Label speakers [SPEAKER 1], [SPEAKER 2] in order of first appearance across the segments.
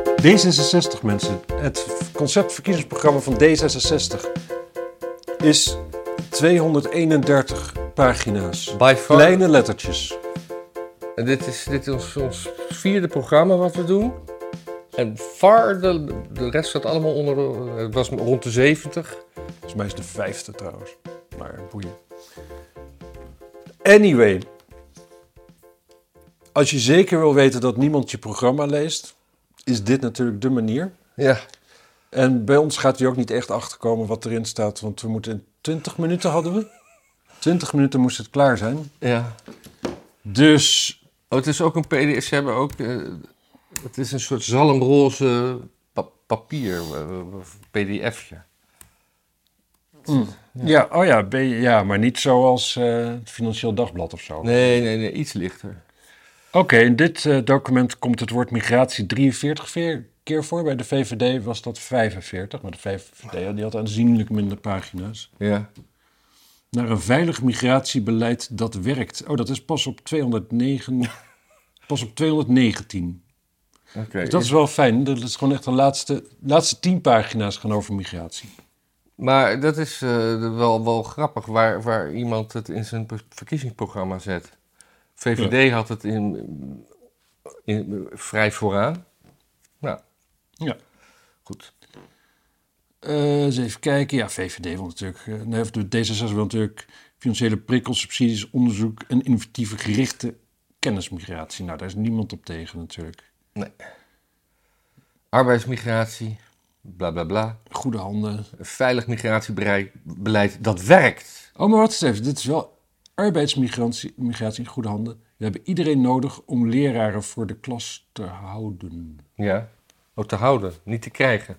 [SPEAKER 1] D66 mensen. Het conceptverkiezingsprogramma van D66 is 231 pagina's.
[SPEAKER 2] By far.
[SPEAKER 1] Kleine lettertjes.
[SPEAKER 2] En dit is, dit is ons, ons vierde programma wat we doen. En far, de, de rest staat allemaal onder, de- het was rond de 70.
[SPEAKER 1] Volgens mij is de vijfde trouwens. Maar boeien. Anyway. Als je zeker wil weten dat niemand je programma leest, is dit natuurlijk de manier.
[SPEAKER 2] Ja.
[SPEAKER 1] En bij ons gaat hij ook niet echt achterkomen wat erin staat, want we moeten in 20 minuten hadden we. 20 minuten moest het klaar zijn.
[SPEAKER 2] ja.
[SPEAKER 1] Dus
[SPEAKER 2] Oh, het is ook een PDF, ze hebben ook, eh, het is een soort zalmroze pa- papier, eh, PDFje.
[SPEAKER 1] Ja, oh ja, ben je- ja, maar niet zoals eh, het Financieel Dagblad of zo.
[SPEAKER 2] Nee, nee, nee, iets lichter.
[SPEAKER 1] Oké, in dit eh, document komt het woord migratie 43 veer- keer voor. Bij de VVD was dat 45, maar de VVD die had aanzienlijk minder pagina's.
[SPEAKER 2] Ja.
[SPEAKER 1] Naar een veilig migratiebeleid dat werkt. Oh, dat is pas op 209. Pas op 219.
[SPEAKER 2] Oké.
[SPEAKER 1] Dus dat is wel fijn. Dat is gewoon echt de laatste, laatste tien pagina's gaan over migratie.
[SPEAKER 2] Maar dat is eh, wel, wel grappig waar, waar iemand het in zijn per- verkiezingsprogramma zet. VVD had het in, in, vrij vooraan. Nou,
[SPEAKER 1] Ja.
[SPEAKER 2] goed.
[SPEAKER 1] Eh, eens even kijken. Ja, VVD wil natuurlijk. eh, nee, of de D66 wil natuurlijk financiële prikkels, subsidies, onderzoek en innovatieve gerichte kennismigratie. Nou, daar is niemand op tegen natuurlijk.
[SPEAKER 2] Arbeidsmigratie, bla bla bla.
[SPEAKER 1] Goede handen.
[SPEAKER 2] Een veilig migratiebeleid dat werkt.
[SPEAKER 1] Oh, maar wat is even? Dit is wel arbeidsmigratie migratie in goede handen. We hebben iedereen nodig om leraren voor de klas te houden.
[SPEAKER 2] Ja. Ook te houden, niet te krijgen.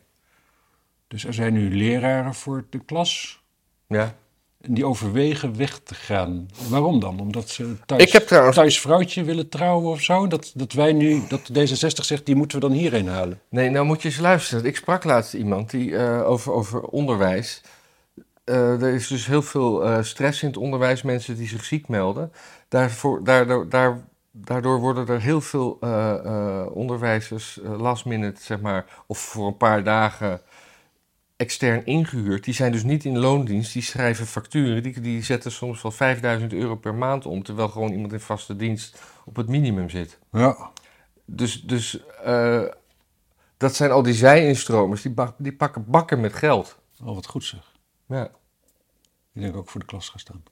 [SPEAKER 1] Dus er zijn nu leraren voor de klas.
[SPEAKER 2] Ja.
[SPEAKER 1] En die overwegen weg te gaan. Waarom dan? Omdat ze thuis,
[SPEAKER 2] Ik heb trouwens-
[SPEAKER 1] thuis vrouwtje willen trouwen of zo? Dat, dat wij nu, dat D66 zegt, die moeten we dan hierheen halen.
[SPEAKER 2] Nee, nou moet je eens luisteren. Ik sprak laatst iemand die, eh, over, over onderwijs. Eh, er is dus heel veel eh, stress in het onderwijs, mensen die zich ziek melden. Daarvoor, daardoor, daar, daardoor worden er heel veel eh, eh, onderwijzers eh, last minute, zeg maar, of voor een paar dagen extern ingehuurd. Die zijn dus niet in loondienst, die schrijven facturen. Die, die zetten soms wel 5000 euro per maand om, terwijl gewoon iemand in vaste dienst op het minimum zit.
[SPEAKER 1] Ja.
[SPEAKER 2] Dus, dus eh, dat zijn al die zij-instromers, die, bak- die pakken bakken met geld.
[SPEAKER 1] Oh, wat goed zeg.
[SPEAKER 2] Ja,
[SPEAKER 1] Ik denk ook voor de klas gaan staan.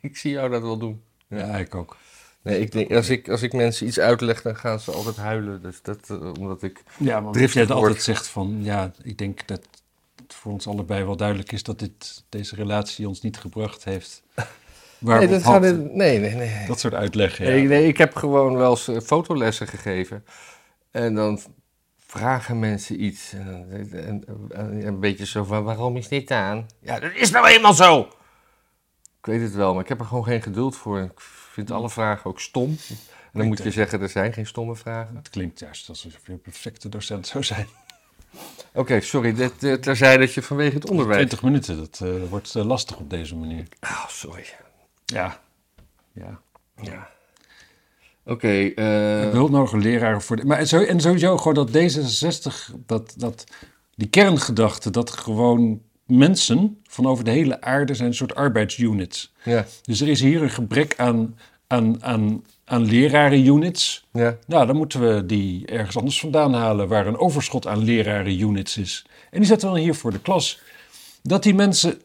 [SPEAKER 2] ik zie jou dat wel doen.
[SPEAKER 1] Ja, ik ook.
[SPEAKER 2] Nee, ik denk, als ik, als ik mensen iets uitleg, dan gaan ze altijd huilen. Dus dat, eh, omdat ik...
[SPEAKER 1] Ja, maar
[SPEAKER 2] Driftig
[SPEAKER 1] Drift jij dat
[SPEAKER 2] woord.
[SPEAKER 1] altijd zegt van, ja, ik denk dat het voor ons allebei wel duidelijk is dat dit, deze relatie ons niet gebracht heeft. Waar
[SPEAKER 2] Nee,
[SPEAKER 1] we op
[SPEAKER 2] dat gaat,
[SPEAKER 1] hoopten.
[SPEAKER 2] nee, nee, nee.
[SPEAKER 1] dat soort uitleggen, ja.
[SPEAKER 2] Nee, nee, ik heb gewoon wel eens eh, fotolessen gegeven. En dan vragen mensen iets. En, dan- en, en een beetje zo van, waarom is dit aan? Ja, dat is nou eenmaal zo! Ik weet het wel, maar ik heb er gewoon geen geduld voor. Ik vind alle vragen ook stom. En dan moet je zeggen, er zijn geen stomme vragen.
[SPEAKER 1] Het klinkt juist alsof je een perfecte docent zou zijn.
[SPEAKER 2] Oké, sorry, dit, eh, terzij dat je vanwege het onderwijs...
[SPEAKER 1] 20 minuten, dat eh, wordt eh, lastig op deze manier.
[SPEAKER 2] Ah, sorry.
[SPEAKER 1] Ja. Ja.
[SPEAKER 2] Ja. Oké, eh,
[SPEAKER 1] Hulp nodig leraren voor. de- maar zo, en sowieso gewoon dat D66, dat, dat, die kerngedachte dat gewoon mensen van over de hele aarde zijn een soort arbeidsunits.
[SPEAKER 2] ja,
[SPEAKER 1] Dus er is hier een gebrek aan, aan, aan, aan lerarenunits.
[SPEAKER 2] ja.
[SPEAKER 1] Nou, dan moeten we die ergens anders vandaan halen waar een overschot aan lerarenunits is. En die zetten we dan hier voor de klas. Dat die mensen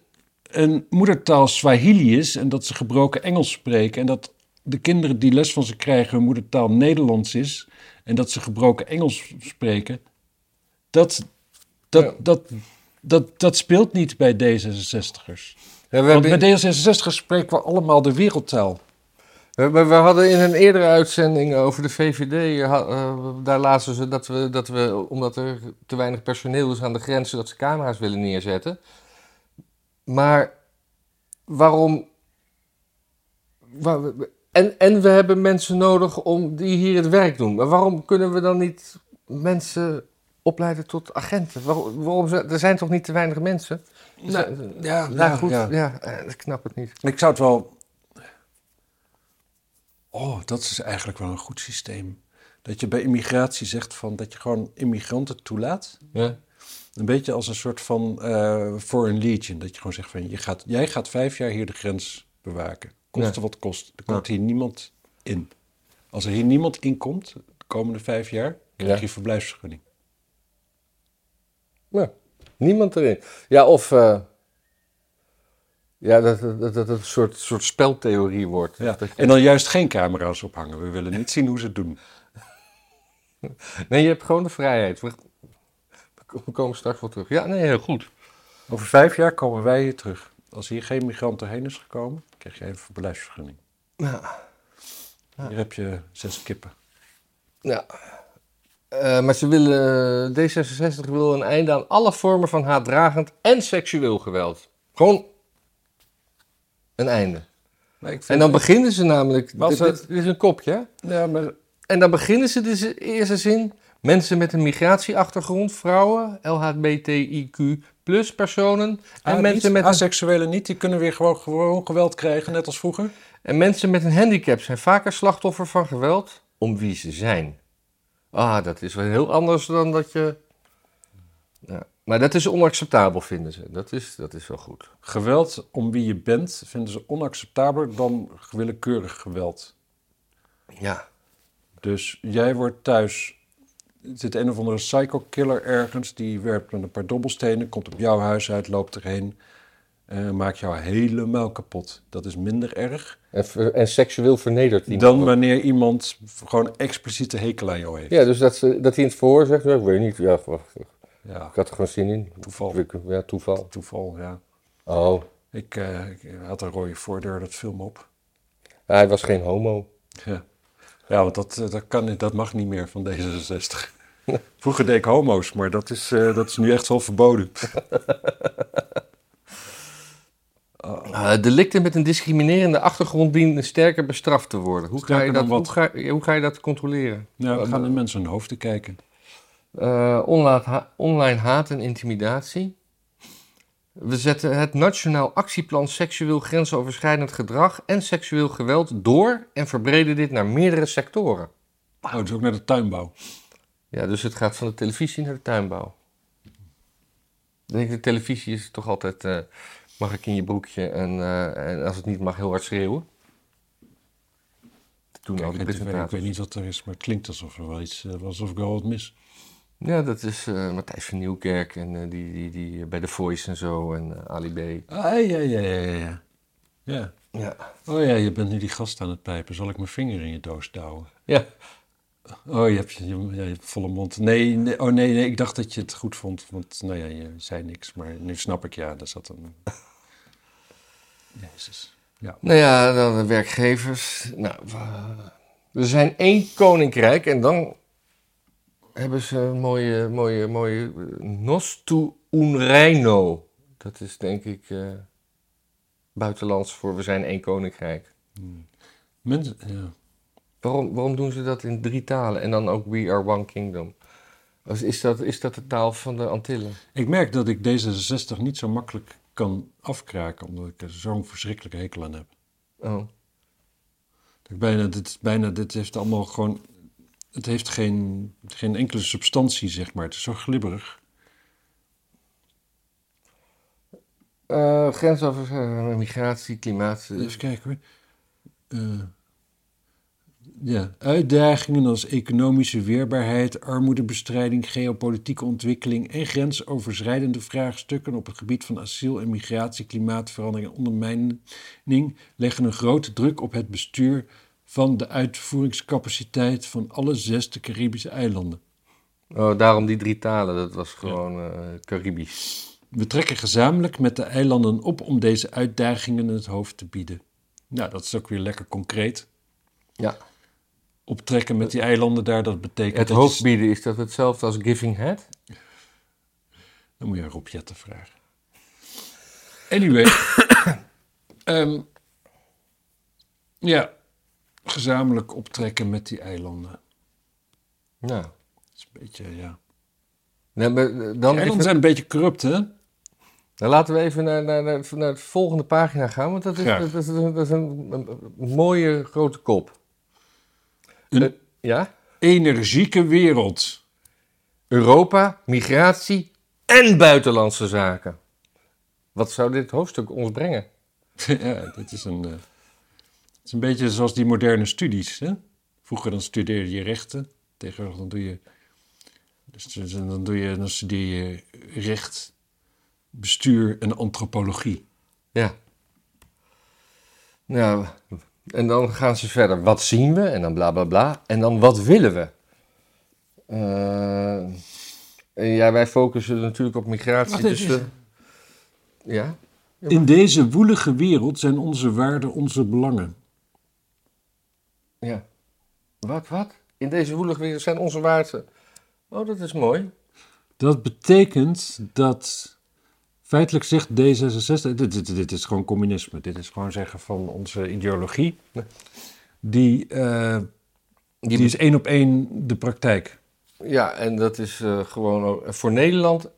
[SPEAKER 1] een moedertaal Swahili is en dat ze gebroken Engels spreken en dat de kinderen die les van ze krijgen hun moedertaal Nederlands is en dat ze gebroken Engels spreken, dat, dat,
[SPEAKER 2] Ja.
[SPEAKER 1] dat, dat, dat speelt niet bij D66ers.
[SPEAKER 2] ja we
[SPEAKER 1] Want
[SPEAKER 2] hebben,
[SPEAKER 1] bij D66ers spreken we allemaal de wereldtaal.
[SPEAKER 2] We, we- we hadden in een eerdere uitzending over de VVD, eh, ha- eh, daar lazen ze dat we, dat we, omdat er te weinig personeel is aan de grenzen, dat ze camera's willen neerzetten. Maar waarom... waar- en, en we hebben mensen nodig om die hier het werk doen. Maar waarom kunnen we dan niet mensen opleiden tot agenten? Waarom, waarom ze- er zijn toch niet te weinig mensen? Dus, eh, nou,
[SPEAKER 1] ja,
[SPEAKER 2] goed, ja, eh, ik snap het niet.
[SPEAKER 1] Ik zou het wel. Oh, dat is eigenlijk wel een goed systeem. dat je bij immigratie zegt van dat je gewoon immigranten toelaat.
[SPEAKER 2] Ja.
[SPEAKER 1] Een beetje als een soort van eh foreign legion. Dat je gewoon zegt van je gaat, jij gaat vijf jaar hier de grens bewaken. Koste
[SPEAKER 2] Ja.
[SPEAKER 1] wat kost. Er komt hier niemand in. Als er hier niemand in komt, de komende vijf jaar, krijg
[SPEAKER 2] Ja.
[SPEAKER 1] je verblijfsvergunning.
[SPEAKER 2] Nou, niemand erin. Ja, of. eh, ja, dat dat, dat dat het een soort, soort speltheorie wordt.
[SPEAKER 1] Ja.
[SPEAKER 2] Dat je-
[SPEAKER 1] En dan juist geen camera's ophangen. We willen niet zien hoe ze het doen.
[SPEAKER 2] nee, je hebt gewoon de vrijheid. We, we komen straks wel terug. Ja, nee, heel goed.
[SPEAKER 1] Over vijf jaar komen wij hier terug. Als hier geen migrant erheen is gekomen, krijg jij een verblijfsvergunning.
[SPEAKER 2] Ja.
[SPEAKER 1] Hier heb je zes kippen.
[SPEAKER 2] ja. Eh, maar ze willen, D66 wil een einde aan alle vormen van haatdragend en seksueel geweld. Gewoon een einde. En dan beginnen ze namelijk,
[SPEAKER 1] Wat
[SPEAKER 2] dit,
[SPEAKER 1] ze-
[SPEAKER 2] dit- dit is een kopje, hè?
[SPEAKER 1] Ja, maar
[SPEAKER 2] En dan beginnen ze dus in eerste zin. Mensen met een migratieachtergrond, vrouwen, LHBTIQ plus personen. En, mensen met een,
[SPEAKER 1] aseksuelen Ah, niet, die kunnen weer gewoon, gewoon geweld krijgen, net als vroeger.
[SPEAKER 2] en mensen met een handicap zijn vaker slachtoffer van geweld om wie ze zijn. Ah, dat is wel heel anders dan dat je. Ja. Maar dat is onacceptabel, vinden ze. Dat is, dat is wel goed.
[SPEAKER 1] Geweld om wie je bent vinden ze onacceptabeler dan willekeurig geweld.
[SPEAKER 2] Ja.
[SPEAKER 1] Dus jij wordt thuis. Er zit een of andere psycho-killer ergens. Die werpt met een paar dobbelstenen, komt op jouw huis uit, loopt erheen. En maakt jou helemaal kapot. Dat is minder erg
[SPEAKER 2] En, ver- en seksueel vernederd iemand.
[SPEAKER 1] dan wanneer iemand gewoon expliciete hekel aan jou heeft.
[SPEAKER 2] Ja, dus dat, ze, dat hij in het verhoor zegt: "Ja, Ik weet niet, ja, wacht,
[SPEAKER 1] Ja,
[SPEAKER 2] ik had er gewoon zin in.
[SPEAKER 1] Toeval.
[SPEAKER 2] Ja, toeval.
[SPEAKER 1] toeval, ja.
[SPEAKER 2] Oh,
[SPEAKER 1] Ik, eh, ik had een rode voordeur, dat film op.
[SPEAKER 2] hij was geen homo.
[SPEAKER 1] Ja, ja want dat, eh, dat, kan, niet- dat mag niet meer van D66. Vroeger deed ik homo's, maar dat is, eh, dat is nu echt wel verboden.
[SPEAKER 2] Eh, delicten met een discriminerende achtergrond dienen sterker bestraft te worden. Hoe ga je
[SPEAKER 1] Sterker
[SPEAKER 2] dat,
[SPEAKER 1] dan
[SPEAKER 2] hoe
[SPEAKER 1] wat?
[SPEAKER 2] ga, hoe ga je dat controleren?
[SPEAKER 1] Nou, we gaan de mensen hun hoofden kijken.
[SPEAKER 2] Eh, onlaat ha- online haat en intimidatie. We zetten het Nationaal Actieplan Seksueel Grensoverschrijdend Gedrag en Seksueel Geweld door en verbreden dit naar meerdere sectoren.
[SPEAKER 1] Oh, dus ook naar de tuinbouw.
[SPEAKER 2] Ja, dus het gaat van de televisie naar de tuinbouw. Ik denk, de televisie is toch altijd, eh, mag ik in je broekje en, eh, en als het niet mag, heel hard schreeuwen. Toen
[SPEAKER 1] Kijk,
[SPEAKER 2] al die
[SPEAKER 1] ik, weet, ik
[SPEAKER 2] presentaties.
[SPEAKER 1] weet niet wat er is, maar het klinkt alsof er wel iets, eh, alsof ik wel wat mis.
[SPEAKER 2] Ja, dat is eh, Matthijs van Nieuwkerk en eh, die, die, die bij The Voice en zo en eh, Ali B.
[SPEAKER 1] Ah, ja, ja, ja, ja, ja. Ja.
[SPEAKER 2] Ja.
[SPEAKER 1] Oh ja, je bent nu die gast aan het pijpen. Zal ik mijn vinger in je doos douwen?
[SPEAKER 2] ja.
[SPEAKER 1] Oh, je hebt, je, je- je hebt volle mond. Nee, nee, oh nee, nee, ik dacht dat je het goed vond. Want nou ja, je zei niks. Maar nu snap ik, ja, daar zat een... Jezus. Ja.
[SPEAKER 2] Nou ja, dan de werkgevers. Nou, we- er zijn één koninkrijk en dan hebben ze een mooie, mooie, mooie eh, Nostu un reino. Dat is denk ik eh, buitenlands voor we zijn één koninkrijk.
[SPEAKER 1] Mensen, ja.
[SPEAKER 2] Waarom, waarom doen ze dat in drie talen en dan ook We Are One Kingdom? Als- Is dat, is dat de taal van de Antillen?
[SPEAKER 1] Ik merk dat ik D66 niet zo makkelijk kan afkraken. Omdat ik er zo'n verschrikkelijke hekel aan heb.
[SPEAKER 2] Oh.
[SPEAKER 1] Dat ik bijna, dit, bijna, dit heeft allemaal gewoon... Het heeft geen, geen enkele substantie, zeg maar. Het is zo glibberig.
[SPEAKER 2] Eh grensoverschrijdende migratie, klimaat. eh,
[SPEAKER 1] Even kijken hoor. Eh, ja, uitdagingen als economische weerbaarheid, armoedebestrijding, geopolitieke ontwikkeling en grensoverschrijdende vraagstukken op het gebied van asiel en migratie, klimaatverandering en ondermijning leggen een grote druk op het bestuur van de uitvoeringscapaciteit van alle zes de Caribische eilanden.
[SPEAKER 2] Oh, daarom die drie talen, dat was gewoon eh, Caribisch.
[SPEAKER 1] We trekken gezamenlijk met de eilanden op om deze uitdagingen het hoofd te bieden. Nou, dat is ook weer lekker concreet.
[SPEAKER 2] Ja.
[SPEAKER 1] optrekken met die eilanden daar, dat betekent...
[SPEAKER 2] Eh, Het
[SPEAKER 1] dat
[SPEAKER 2] hoofd
[SPEAKER 1] je-
[SPEAKER 2] bieden, is dat hetzelfde als giving head?
[SPEAKER 1] Dan moet je aan Rob Jetten vragen. Anyway. Ehm, ja, gezamenlijk optrekken met die eilanden.
[SPEAKER 2] Nou,
[SPEAKER 1] Dat is een beetje, ja...
[SPEAKER 2] nee, maar, eh,
[SPEAKER 1] Die
[SPEAKER 2] dan,
[SPEAKER 1] eilanden
[SPEAKER 2] even-
[SPEAKER 1] zijn een beetje corrupt, hè?
[SPEAKER 2] dan laten we even naar, naar, naar, naar de volgende pagina gaan, want dat is,
[SPEAKER 1] Graag.
[SPEAKER 2] dat is, dat is een, een mooie grote kop.
[SPEAKER 1] Een-
[SPEAKER 2] Eh, ja?
[SPEAKER 1] energieke wereld.
[SPEAKER 2] Europa, migratie en buitenlandse zaken. Wat zou dit hoofdstuk ons brengen?
[SPEAKER 1] ja, dit is een, eh, het is een beetje zoals die moderne studies. Hè? Vroeger dan studeerde je rechten. Tegenwoordig dan doe je, dus, dus- en dan doe je, dan studeer je recht, bestuur en antropologie.
[SPEAKER 2] Ja. Nou, en dan gaan ze verder. Wat zien we? En dan bla bla bla. En dan wat willen we? Eh, en ja, wij focussen natuurlijk op migratie.
[SPEAKER 1] Wacht
[SPEAKER 2] dus
[SPEAKER 1] even.
[SPEAKER 2] we- ja?
[SPEAKER 1] In deze woelige wereld zijn onze waarden onze belangen.
[SPEAKER 2] Ja. Wat, wat? In deze woelige wereld zijn onze waarden. Oh, dat is mooi.
[SPEAKER 1] Dat betekent dat. Feitelijk zegt D66. Dit, dit, dit is gewoon communisme. Dit is gewoon zeggen van onze ideologie. Die, eh, die, is één op één de praktijk.
[SPEAKER 2] Ja, en dat is eh, gewoon ook- voor Nederland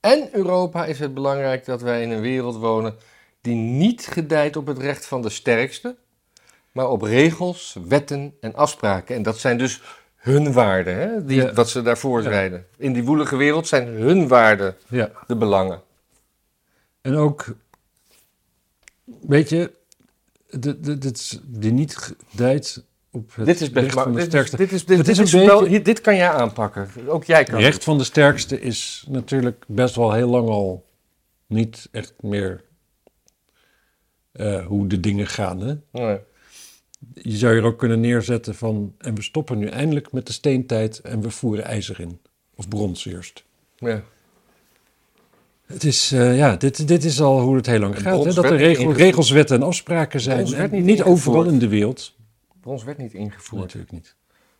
[SPEAKER 2] en Europa is het belangrijk dat wij in een wereld wonen die niet gedijt op het recht van de sterkste, maar op regels, wetten en afspraken. En dat zijn dus hun waarden, hè? Die,
[SPEAKER 1] Ja.
[SPEAKER 2] wat ze daarvoor zeiden. In die woelige wereld zijn hun waarden
[SPEAKER 1] Ja.
[SPEAKER 2] de belangen.
[SPEAKER 1] En ook. Weet je. de- de- Dit is die niet gedijt op het
[SPEAKER 2] Dit is best
[SPEAKER 1] recht van
[SPEAKER 2] Dus maar-
[SPEAKER 1] de
[SPEAKER 2] dit is-
[SPEAKER 1] sterkste.
[SPEAKER 2] dit is- dit-
[SPEAKER 1] Het
[SPEAKER 2] dit
[SPEAKER 1] is
[SPEAKER 2] is
[SPEAKER 1] een
[SPEAKER 2] wel-
[SPEAKER 1] beetje-
[SPEAKER 2] hier- Dit kan jij aanpakken. Ook jij kan. het.
[SPEAKER 1] Recht van de sterkste is natuurlijk best wel heel lang al niet echt meer eh, hoe de dingen gaan. Hè?
[SPEAKER 2] Nee.
[SPEAKER 1] Je zou hier ook kunnen neerzetten van. En we stoppen nu eindelijk met de steentijd en we voeren ijzer in. Of brons eerst.
[SPEAKER 2] Ja.
[SPEAKER 1] Het is, eh, ja, dit, dit is al hoe het heel lang gaat. Hè?
[SPEAKER 2] brons
[SPEAKER 1] Dat er
[SPEAKER 2] werd
[SPEAKER 1] regel,
[SPEAKER 2] ingevoerd.
[SPEAKER 1] regels, wetten en afspraken zijn.
[SPEAKER 2] Brons werd
[SPEAKER 1] En
[SPEAKER 2] niet
[SPEAKER 1] niet
[SPEAKER 2] ingevoerd.
[SPEAKER 1] overal in de wereld.
[SPEAKER 2] Bij ons werd niet ingevoerd.
[SPEAKER 1] Natuurlijk niet.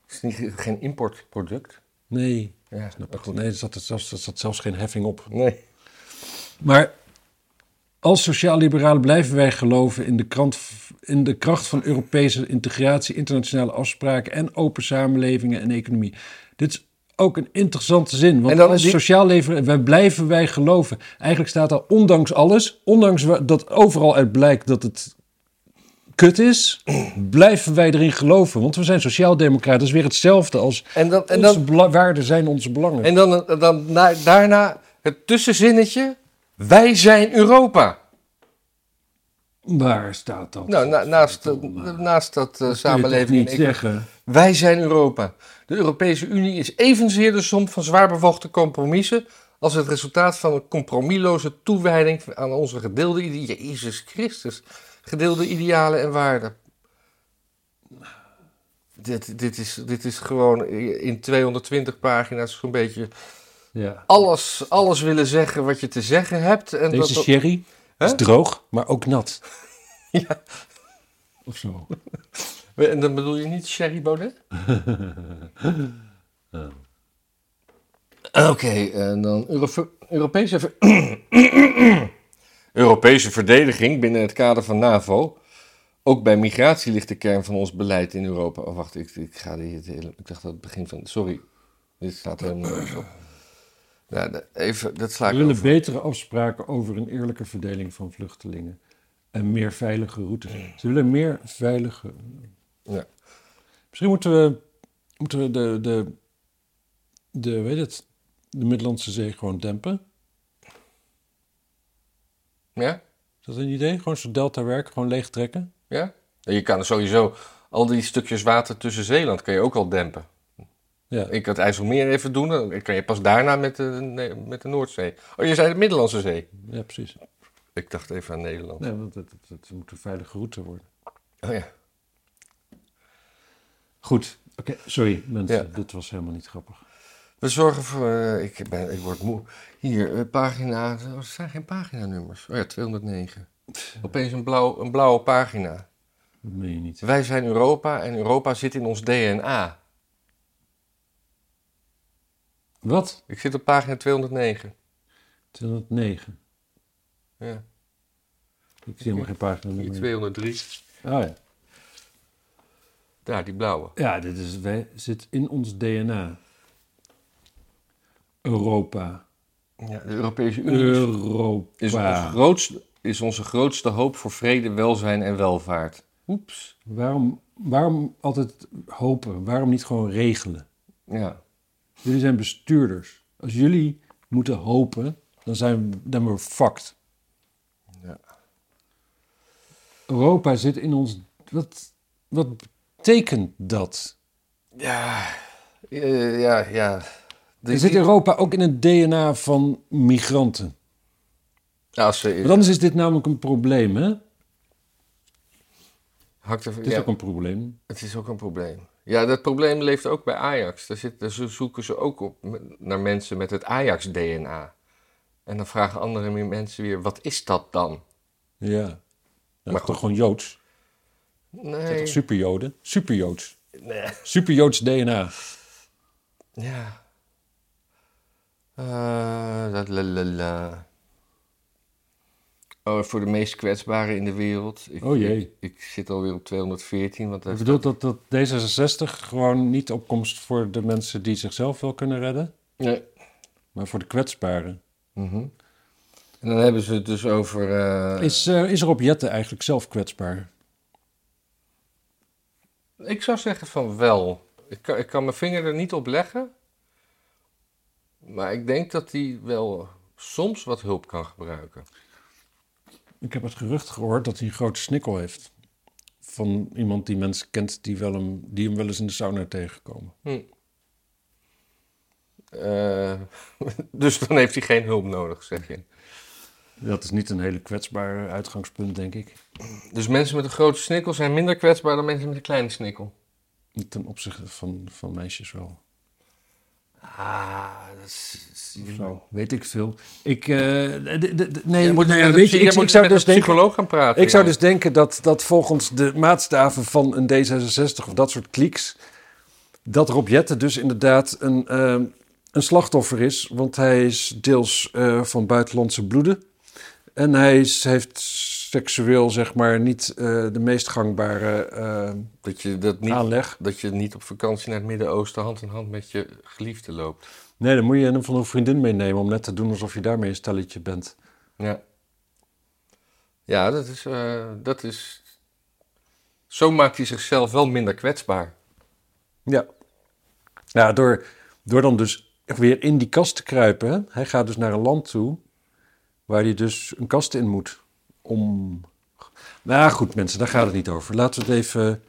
[SPEAKER 2] Het is niet, geen importproduct.
[SPEAKER 1] Nee,
[SPEAKER 2] Ja,
[SPEAKER 1] snap
[SPEAKER 2] maar
[SPEAKER 1] ik.
[SPEAKER 2] goed.
[SPEAKER 1] Nee, er zat, er zelfs, er zat zelfs geen heffing op.
[SPEAKER 2] Nee.
[SPEAKER 1] Maar als sociaal-liberalen blijven wij geloven in de, krant, in de kracht van Europese integratie, internationale afspraken en open samenlevingen en economie. Dit is ook een interessante zin, want
[SPEAKER 2] En dan
[SPEAKER 1] als
[SPEAKER 2] die-
[SPEAKER 1] sociaal leven, wij blijven wij geloven. Eigenlijk staat daar ondanks alles, ondanks wa- dat overal uit blijkt dat het kut is, blijven wij erin geloven. Want we zijn sociaal-democraten, dat is weer hetzelfde als
[SPEAKER 2] En dan, en
[SPEAKER 1] en
[SPEAKER 2] dan
[SPEAKER 1] onze bela- waarden zijn onze belangen.
[SPEAKER 2] En dan, dan na- daarna het tussenzinnetje. Wij zijn Europa.
[SPEAKER 1] Waar staat dat?
[SPEAKER 2] Nou, na- naast, eh, naast dat eh,
[SPEAKER 1] Kun je
[SPEAKER 2] samenleving.
[SPEAKER 1] toch
[SPEAKER 2] en
[SPEAKER 1] niet
[SPEAKER 2] economie.
[SPEAKER 1] zeggen.
[SPEAKER 2] Wij zijn Europa. De Europese Unie is evenzeer de som van zwaar bevochten compromissen. als het resultaat van een compromisloze toewijding aan onze gedeelde idealen. Jezus Christus. Gedeelde idealen en waarden. Dit, dit, is, dit is gewoon in 220 pagina's zo'n beetje
[SPEAKER 1] Ja.
[SPEAKER 2] alles, alles willen zeggen wat je te zeggen hebt. En dat,
[SPEAKER 1] Deze
[SPEAKER 2] dat-
[SPEAKER 1] sherry
[SPEAKER 2] Hè?
[SPEAKER 1] is droog, maar ook nat.
[SPEAKER 2] Ja.
[SPEAKER 1] Of zo.
[SPEAKER 2] en dan bedoel je niet Sherry Baudet? Oké, en dan Euro- Europese, ver- Europese verdediging binnen het kader van NAVO. Ook bij migratie ligt de kern van ons beleid in Europa. Oh, wacht, ik, ik ga die het hele. Ik dacht dat het begin van. Sorry, dit staat er helemaal nergens op. Ja, de- even, dat sla
[SPEAKER 1] We
[SPEAKER 2] ik
[SPEAKER 1] willen
[SPEAKER 2] over.
[SPEAKER 1] betere afspraken over een eerlijke verdeling van vluchtelingen. En meer veilige routes.
[SPEAKER 2] Hmm.
[SPEAKER 1] Ze willen meer veilige...
[SPEAKER 2] Ja.
[SPEAKER 1] Misschien moeten we, moeten we de, de, de, weet het, de Middellandse Zee gewoon dempen.
[SPEAKER 2] Ja?
[SPEAKER 1] Is dat een idee? Gewoon zo'n delta werk, gewoon leegtrekken.
[SPEAKER 2] Ja? Je kan sowieso al die stukjes water tussen Zeeland kan je ook al dempen.
[SPEAKER 1] Ja.
[SPEAKER 2] Ik kan het IJsselmeer even doen, dan kan je pas daarna met de, nee, met de Noordzee. Oh, je zei de Middellandse Zee.
[SPEAKER 1] ja, precies.
[SPEAKER 2] Ik dacht even aan Nederland.
[SPEAKER 1] Nee, want het, het, het moet een veilige route worden.
[SPEAKER 2] Oh ja.
[SPEAKER 1] Goed. Oké, sorry mensen.
[SPEAKER 2] Ja.
[SPEAKER 1] Dit was helemaal niet grappig.
[SPEAKER 2] We zorgen voor. eh, ik, ben, ik word moe. Hier, eh, pagina. Er zijn geen paginanummers. Oh ja, 209. Opeens een, blauw, een blauwe pagina.
[SPEAKER 1] Dat meen je niet.
[SPEAKER 2] Wij zijn Europa en Europa zit in ons DNA.
[SPEAKER 1] Wat?
[SPEAKER 2] Ik zit op pagina 209.
[SPEAKER 1] 209.
[SPEAKER 2] Ja,
[SPEAKER 1] Ik zie helemaal geen pagina
[SPEAKER 2] hier
[SPEAKER 1] nummer.
[SPEAKER 2] 203.
[SPEAKER 1] Oh ja.
[SPEAKER 2] Daar, die blauwe.
[SPEAKER 1] Ja, dit is, wij, zit in ons DNA. Europa.
[SPEAKER 2] Ja, de Europese Unie is
[SPEAKER 1] Europa.
[SPEAKER 2] is, onze grootste, is onze grootste hoop voor vrede, welzijn en welvaart. Oeps.
[SPEAKER 1] Waarom, waarom altijd hopen? Waarom niet gewoon regelen?
[SPEAKER 2] Ja.
[SPEAKER 1] Jullie zijn bestuurders. Als jullie moeten hopen, dan zijn we, dan we fucked.
[SPEAKER 2] Ja.
[SPEAKER 1] Europa zit in ons. Wat, wat betekent dat?
[SPEAKER 2] Ja. Eh, ja, ja.
[SPEAKER 1] Er zit Europa ook in het DNA van migranten.
[SPEAKER 2] Ja, als ze...
[SPEAKER 1] Want anders is dit namelijk een probleem, hè?
[SPEAKER 2] Hakt er,
[SPEAKER 1] Het is
[SPEAKER 2] ja,
[SPEAKER 1] ook een probleem.
[SPEAKER 2] het is ook een probleem. Ja, dat probleem leeft ook bij Ajax. Daar, zit, daar zo- zoeken ze ook op met- naar mensen met het Ajax-DNA. En dan vragen andere meer mensen weer, wat is dat dan?
[SPEAKER 1] Ja. Nou, maar
[SPEAKER 2] goed.
[SPEAKER 1] toch gewoon Joods.
[SPEAKER 2] Nee.
[SPEAKER 1] Toch superjoden? Superjoods.
[SPEAKER 2] nee.
[SPEAKER 1] Superjoods DNA.
[SPEAKER 2] Ja. Eh, dat la la la. Oh, voor de meest kwetsbaren in de wereld. Ik,
[SPEAKER 1] Oh jee.
[SPEAKER 2] Ik, ik zit alweer op 214, want
[SPEAKER 1] Ik
[SPEAKER 2] dat,
[SPEAKER 1] bedoel dat, dat D66 gewoon niet opkomst voor de mensen die zichzelf wel kunnen redden,
[SPEAKER 2] Nee.
[SPEAKER 1] maar voor de kwetsbaren.
[SPEAKER 2] Mhm. En dan hebben ze het dus over... eh,
[SPEAKER 1] Is, eh is Rob Jetten eigenlijk zelf kwetsbaar?
[SPEAKER 2] Ik zou zeggen van wel. Ik kan, ik kan mijn vinger er niet op leggen. Maar ik denk dat hij wel soms wat hulp kan gebruiken.
[SPEAKER 1] Ik heb het gerucht gehoord dat hij een grote snikkel heeft. Van iemand die mensen kent die, wel hem, die hem wel eens in de sauna tegenkomen.
[SPEAKER 2] Hm. Eh, dus dan heeft hij geen hulp nodig, zeg je.
[SPEAKER 1] Dat is niet een hele kwetsbaar uitgangspunt, denk ik.
[SPEAKER 2] Dus mensen met een grote snikkel zijn minder kwetsbaar dan mensen met een kleine snikkel.
[SPEAKER 1] Ten opzichte van, van meisjes wel.
[SPEAKER 2] Ah, dat is,
[SPEAKER 1] Zo, weet ik veel. Ik, eh, d- d- d- nee,
[SPEAKER 2] Je moet,
[SPEAKER 1] nou weet je, ik, ik zou
[SPEAKER 2] met
[SPEAKER 1] dus
[SPEAKER 2] een
[SPEAKER 1] denken...
[SPEAKER 2] psycholoog gaan praten.
[SPEAKER 1] Ik zou
[SPEAKER 2] ja.
[SPEAKER 1] dus denken dat, dat volgens de maatstaven van een D66 of dat soort kliks... dat Rob Jetten dus inderdaad een, eh, een slachtoffer is. Want hij is deels eh, van buitenlandse bloeden. En hij is, heeft seksueel, zeg maar, niet eh, de meest gangbare eh,
[SPEAKER 2] dat je dat niet,
[SPEAKER 1] aanleg.
[SPEAKER 2] dat je niet op vakantie naar het Midden-Oosten hand in hand met je geliefde loopt.
[SPEAKER 1] Nee, dan moet je hem van een vriendin meenemen... om net te doen alsof je daarmee een stelletje bent.
[SPEAKER 2] Ja. Ja, dat is, eh, dat is. Zo maakt hij zichzelf wel minder kwetsbaar.
[SPEAKER 1] Ja. Ja, door, door dan dus echt weer in die kast te kruipen. hè. Hij gaat dus naar een land toe waar hij dus een kast in moet. Om. Nou goed, mensen, daar gaat het niet over. Laten we het even.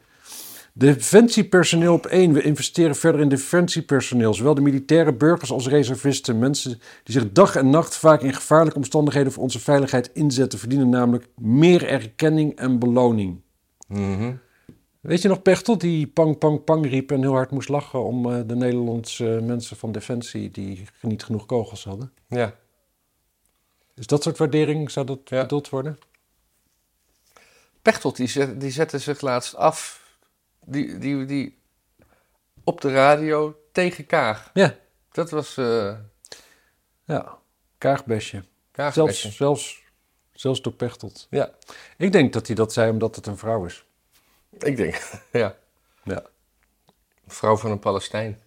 [SPEAKER 1] Defensiepersoneel op één. We investeren verder in defensiepersoneel. Zowel de militaire burgers als reservisten. Mensen die zich dag en nacht vaak in gevaarlijke omstandigheden voor onze veiligheid inzetten, verdienen namelijk meer erkenning en beloning. Mhm. Weet je nog Pechtel die pang, pang, pang riep en heel hard moest lachen om eh, de Nederlandse eh, mensen van Defensie die niet genoeg kogels hadden?
[SPEAKER 2] Ja.
[SPEAKER 1] Dus dat soort waardering zou dat
[SPEAKER 2] Ja.
[SPEAKER 1] bedoeld worden?
[SPEAKER 2] Pechtold, die, zet, die zette zich laatst af. Die, die, die, op de radio tegen Kaag.
[SPEAKER 1] Ja,
[SPEAKER 2] Dat was. eh
[SPEAKER 1] ja. Kaagbesje.
[SPEAKER 2] Kaag.
[SPEAKER 1] Zelfs, zelfs, zelfs door Pechtelt.
[SPEAKER 2] Ja,
[SPEAKER 1] Ik denk dat hij dat zei omdat het een vrouw is.
[SPEAKER 2] ik denk. Ja.
[SPEAKER 1] Ja.
[SPEAKER 2] Vrouw van een Palestijn.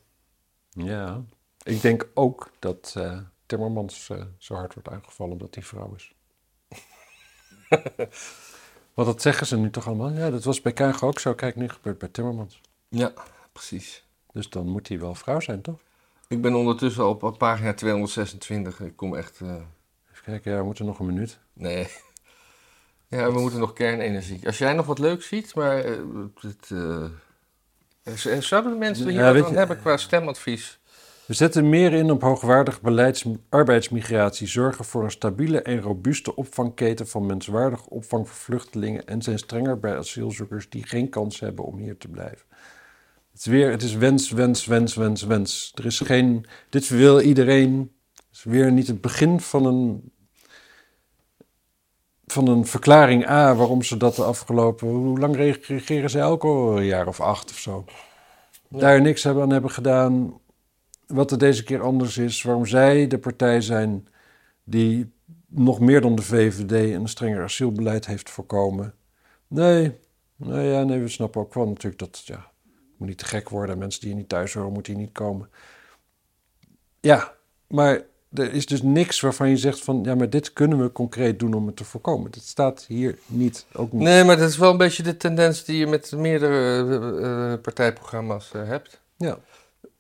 [SPEAKER 1] ja. Ik denk ook dat eh, Timmermans eh, zo hard wordt aangevallen omdat hij vrouw is. Want dat zeggen ze nu toch allemaal? Ja, dat was bij Kaag ook zo. Kijk, nu gebeurt het bij Timmermans.
[SPEAKER 2] Ja, precies.
[SPEAKER 1] Dus dan moet hij wel vrouw zijn, toch?
[SPEAKER 2] Ik ben ondertussen op, op pagina 226. Ik kom echt. eh,
[SPEAKER 1] Even kijken, ja, we moeten nog een minuut.
[SPEAKER 2] Nee. Ja, we moeten nog kernenergie. Als jij nog wat leuks ziet, maar... eh, het, eh, z- zouden de mensen hier
[SPEAKER 1] Ja,
[SPEAKER 2] wat
[SPEAKER 1] weet
[SPEAKER 2] aan
[SPEAKER 1] je-
[SPEAKER 2] hebben qua stemadvies?
[SPEAKER 1] We zetten meer in op hoogwaardig beleids arbeidsmigratie, zorgen voor een stabiele en robuuste opvangketen van menswaardige opvang voor vluchtelingen en zijn strenger bij asielzoekers die geen kans hebben om hier te blijven. Het is weer, het is wens, wens, wens, wens, wens. Er is geen, dit wil iedereen. Het is weer niet het begin van een, van een verklaring A waarom ze dat de afgelopen, hoe lang regeren ze elke jaar of acht of zo. Daar niks hebben aan hebben gedaan, wat er deze keer anders is, waarom zij de partij zijn die nog meer dan de VVD een strenger asielbeleid heeft voorkomen. Nee, nou ja, nee, we snappen ook wel natuurlijk dat ja, het moet niet te gek worden. Mensen die hier niet thuis horen, moeten hier niet komen. Ja, maar er is dus niks waarvan je zegt van... ja, maar dit kunnen we concreet doen om het te voorkomen. Dat staat hier niet, ook niet.
[SPEAKER 2] Nee, maar dat is wel een beetje de tendens die je met meerdere eh, eh, partijprogramma's eh, hebt.
[SPEAKER 1] Ja.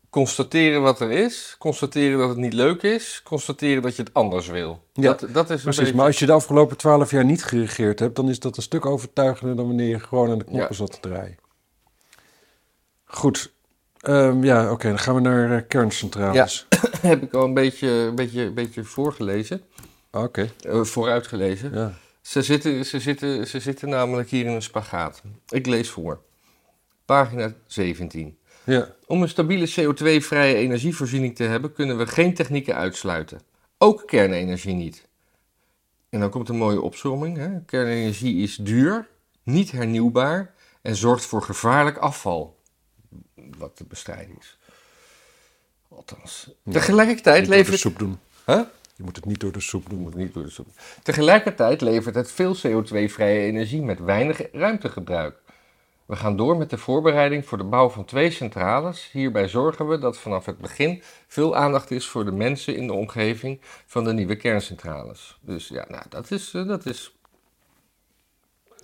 [SPEAKER 2] Constateren wat er is, constateren dat het niet leuk is, constateren dat je het anders wil.
[SPEAKER 1] Ja,
[SPEAKER 2] dat, dat is een
[SPEAKER 1] Precies,
[SPEAKER 2] beetje-
[SPEAKER 1] maar als je de afgelopen twaalf jaar niet geregeerd hebt... dan is dat een stuk overtuigender dan wanneer je gewoon aan de knoppen
[SPEAKER 2] Ja.
[SPEAKER 1] zat te draaien. Goed. Ehm, ja, oké, dan gaan we naar eh, kerncentrales.
[SPEAKER 2] heb ik al een beetje, een beetje, een beetje voorgelezen,
[SPEAKER 1] Ah, Oké,
[SPEAKER 2] eh, vooruitgelezen.
[SPEAKER 1] ja.
[SPEAKER 2] Ze zitten, ze, zitten, ze zitten namelijk hier in een spagaat. Ik lees voor. Pagina 17.
[SPEAKER 1] ja.
[SPEAKER 2] Om een stabiele CO2-vrije energievoorziening te hebben, kunnen we geen technieken uitsluiten. Ook kernenergie niet. En dan komt een mooie opzomming. Hè? Kernenergie is duur, niet hernieuwbaar en zorgt voor gevaarlijk afval. Wat de bestrijding is. Althans. Tegelijkertijd
[SPEAKER 1] Niet door de
[SPEAKER 2] levert.
[SPEAKER 1] soep doen.
[SPEAKER 2] Huh?
[SPEAKER 1] Je moet het niet door de soep doen.
[SPEAKER 2] moet niet door de soep. Tegelijkertijd levert het veel CO2-vrije energie met weinig ruimtegebruik. We gaan door met de voorbereiding voor de bouw van twee centrales. Hierbij zorgen we dat vanaf het begin veel aandacht is voor de mensen in de omgeving van de nieuwe kerncentrales. Dus ja, nou, dat is. eh, Dat is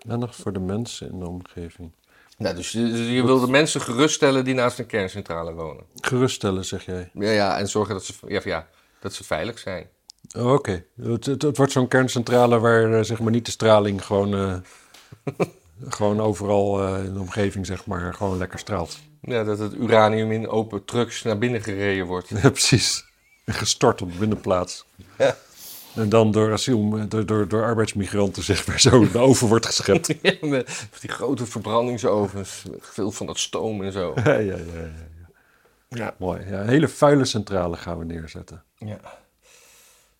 [SPEAKER 1] Aandacht voor de mensen in de omgeving.
[SPEAKER 2] nou, dus je- dus je wil de mensen geruststellen die naast een kerncentrale wonen.
[SPEAKER 1] Geruststellen, zeg jij.
[SPEAKER 2] Ja, ja en zorgen dat ze, ja, ja, dat ze veilig zijn.
[SPEAKER 1] Oh, Oké, het, het, het wordt zo'n kerncentrale waar eh, zeg maar niet de straling gewoon, eh, gewoon overal eh, in de omgeving zeg maar gewoon lekker straalt.
[SPEAKER 2] Ja, dat het uranium in open trucks naar binnen gereden wordt.
[SPEAKER 1] Ja, Precies, gestort op de binnenplaats.
[SPEAKER 2] Ja.
[SPEAKER 1] En dan door, asiel, door, door, door arbeidsmigranten zeg maar zo over wordt geschept.
[SPEAKER 2] Ja, met die grote verbrandingsovens, met veel van dat stoom en zo.
[SPEAKER 1] ja, ja, ja, ja.
[SPEAKER 2] Ja.
[SPEAKER 1] Mooi, ja, een hele vuile centrale gaan we neerzetten.
[SPEAKER 2] ja.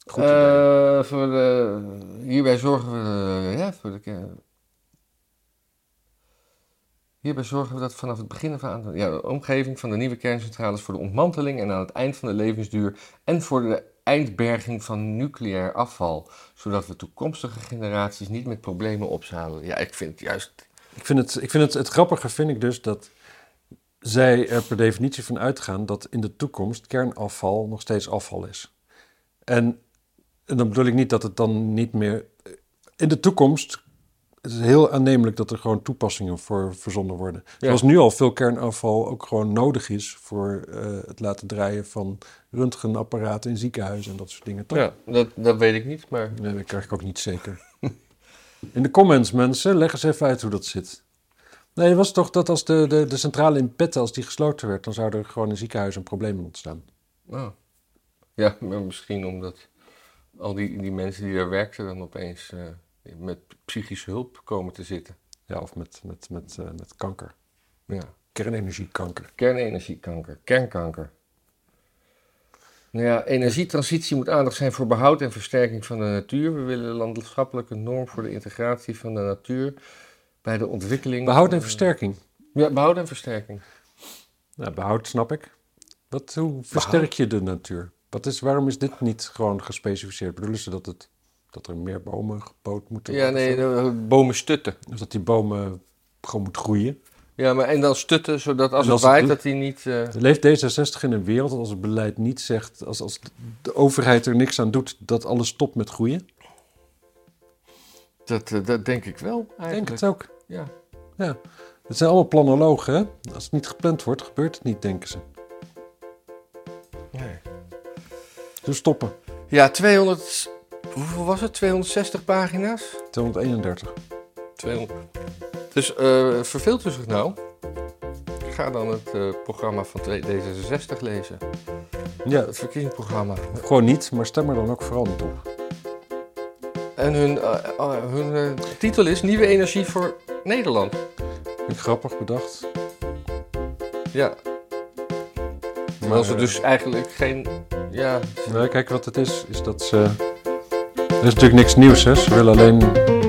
[SPEAKER 1] Goed
[SPEAKER 2] Eh, voor de, hierbij zorgen we, eh, ja, voor de, ke- hierbij zorgen we dat vanaf het begin van aan ja, de omgeving van de nieuwe kerncentrales voor de ontmanteling en aan het eind van de levensduur en voor de eindberging van nucleair afval, zodat we toekomstige generaties niet met problemen opzadelen. Ja, ik vind het juist.
[SPEAKER 1] Ik vind het, ik vind het, het grappige vind ik dus dat zij er per definitie van uitgaan dat in de toekomst kernafval nog steeds afval is. En, en dan bedoel ik niet dat het dan niet meer. In de toekomst is het heel aannemelijk dat er gewoon toepassingen voor verzonnen worden. Zoals nu al veel kernafval ook gewoon nodig is voor eh, het laten draaien van röntgenapparaten in ziekenhuizen en dat soort dingen. Toch?
[SPEAKER 2] Ja, dat, dat weet ik niet, maar
[SPEAKER 1] Nee, dat krijg ik ook niet zeker. In de comments, mensen, leg eens even uit hoe dat zit. Nee, het was toch dat als de, de, de centrale in Petten, als die gesloten werd, dan zou er gewoon in ziekenhuizen problemen ontstaan.
[SPEAKER 2] Oh. Ja, maar misschien omdat al die, die mensen die daar werkten dan opeens eh, met psychische hulp komen te zitten.
[SPEAKER 1] Ja, of met, met, met, eh, met kanker.
[SPEAKER 2] Ja.
[SPEAKER 1] Kernenergiekanker.
[SPEAKER 2] Kernenergiekanker, kernkanker. Nou ja, energietransitie moet aandacht zijn voor behoud en versterking van de natuur. We willen een landschappelijke norm voor de integratie van de natuur bij de ontwikkeling.
[SPEAKER 1] Behoud en versterking.
[SPEAKER 2] Ja, behoud en versterking.
[SPEAKER 1] Nou, behoud snap ik. Wat, hoe versterk je de natuur? Wat is, waarom is dit niet gewoon gespecificeerd? Bedoelen ze dat, het, dat er meer bomen geboot moeten
[SPEAKER 2] Ja,
[SPEAKER 1] worden?
[SPEAKER 2] nee, eh, bomen stutten.
[SPEAKER 1] Of dat die bomen gewoon moeten groeien?
[SPEAKER 2] Ja, maar en dan stutten zodat als
[SPEAKER 1] En
[SPEAKER 2] het
[SPEAKER 1] als het
[SPEAKER 2] waait
[SPEAKER 1] doet-
[SPEAKER 2] dat hij niet. eh,
[SPEAKER 1] Leeft D66 in een wereld dat als het beleid niet zegt, als, als de overheid er niks aan doet, dat alles stopt met groeien?
[SPEAKER 2] dat, eh, dat denk ik wel. Eigenlijk.
[SPEAKER 1] Ik denk het ook.
[SPEAKER 2] Ja.
[SPEAKER 1] Ja. Het zijn allemaal planologen, hè? Als het niet gepland wordt, gebeurt het niet, denken ze.
[SPEAKER 2] Nee.
[SPEAKER 1] Dus stoppen.
[SPEAKER 2] Ja, 200. Hoeveel was het? 260 pagina's?
[SPEAKER 1] 231.
[SPEAKER 2] 200. Dus eh, verveelt u zich nou? Ga dan het eh, programma van D66 lezen.
[SPEAKER 1] Ja,
[SPEAKER 2] Het verkiezingsprogramma.
[SPEAKER 1] gewoon niet, maar stem er dan ook vooral niet op.
[SPEAKER 2] En hun, eh, eh, hun eh, titel is Nieuwe Energie voor Nederland.
[SPEAKER 1] Vind ik grappig bedacht.
[SPEAKER 2] Ja. Terwijl ze
[SPEAKER 1] eh,
[SPEAKER 2] dus eigenlijk geen. Ja,
[SPEAKER 1] nou Nee, kijk, wat het is, is dat ze... Er is natuurlijk niks nieuws, hè? Ze willen alleen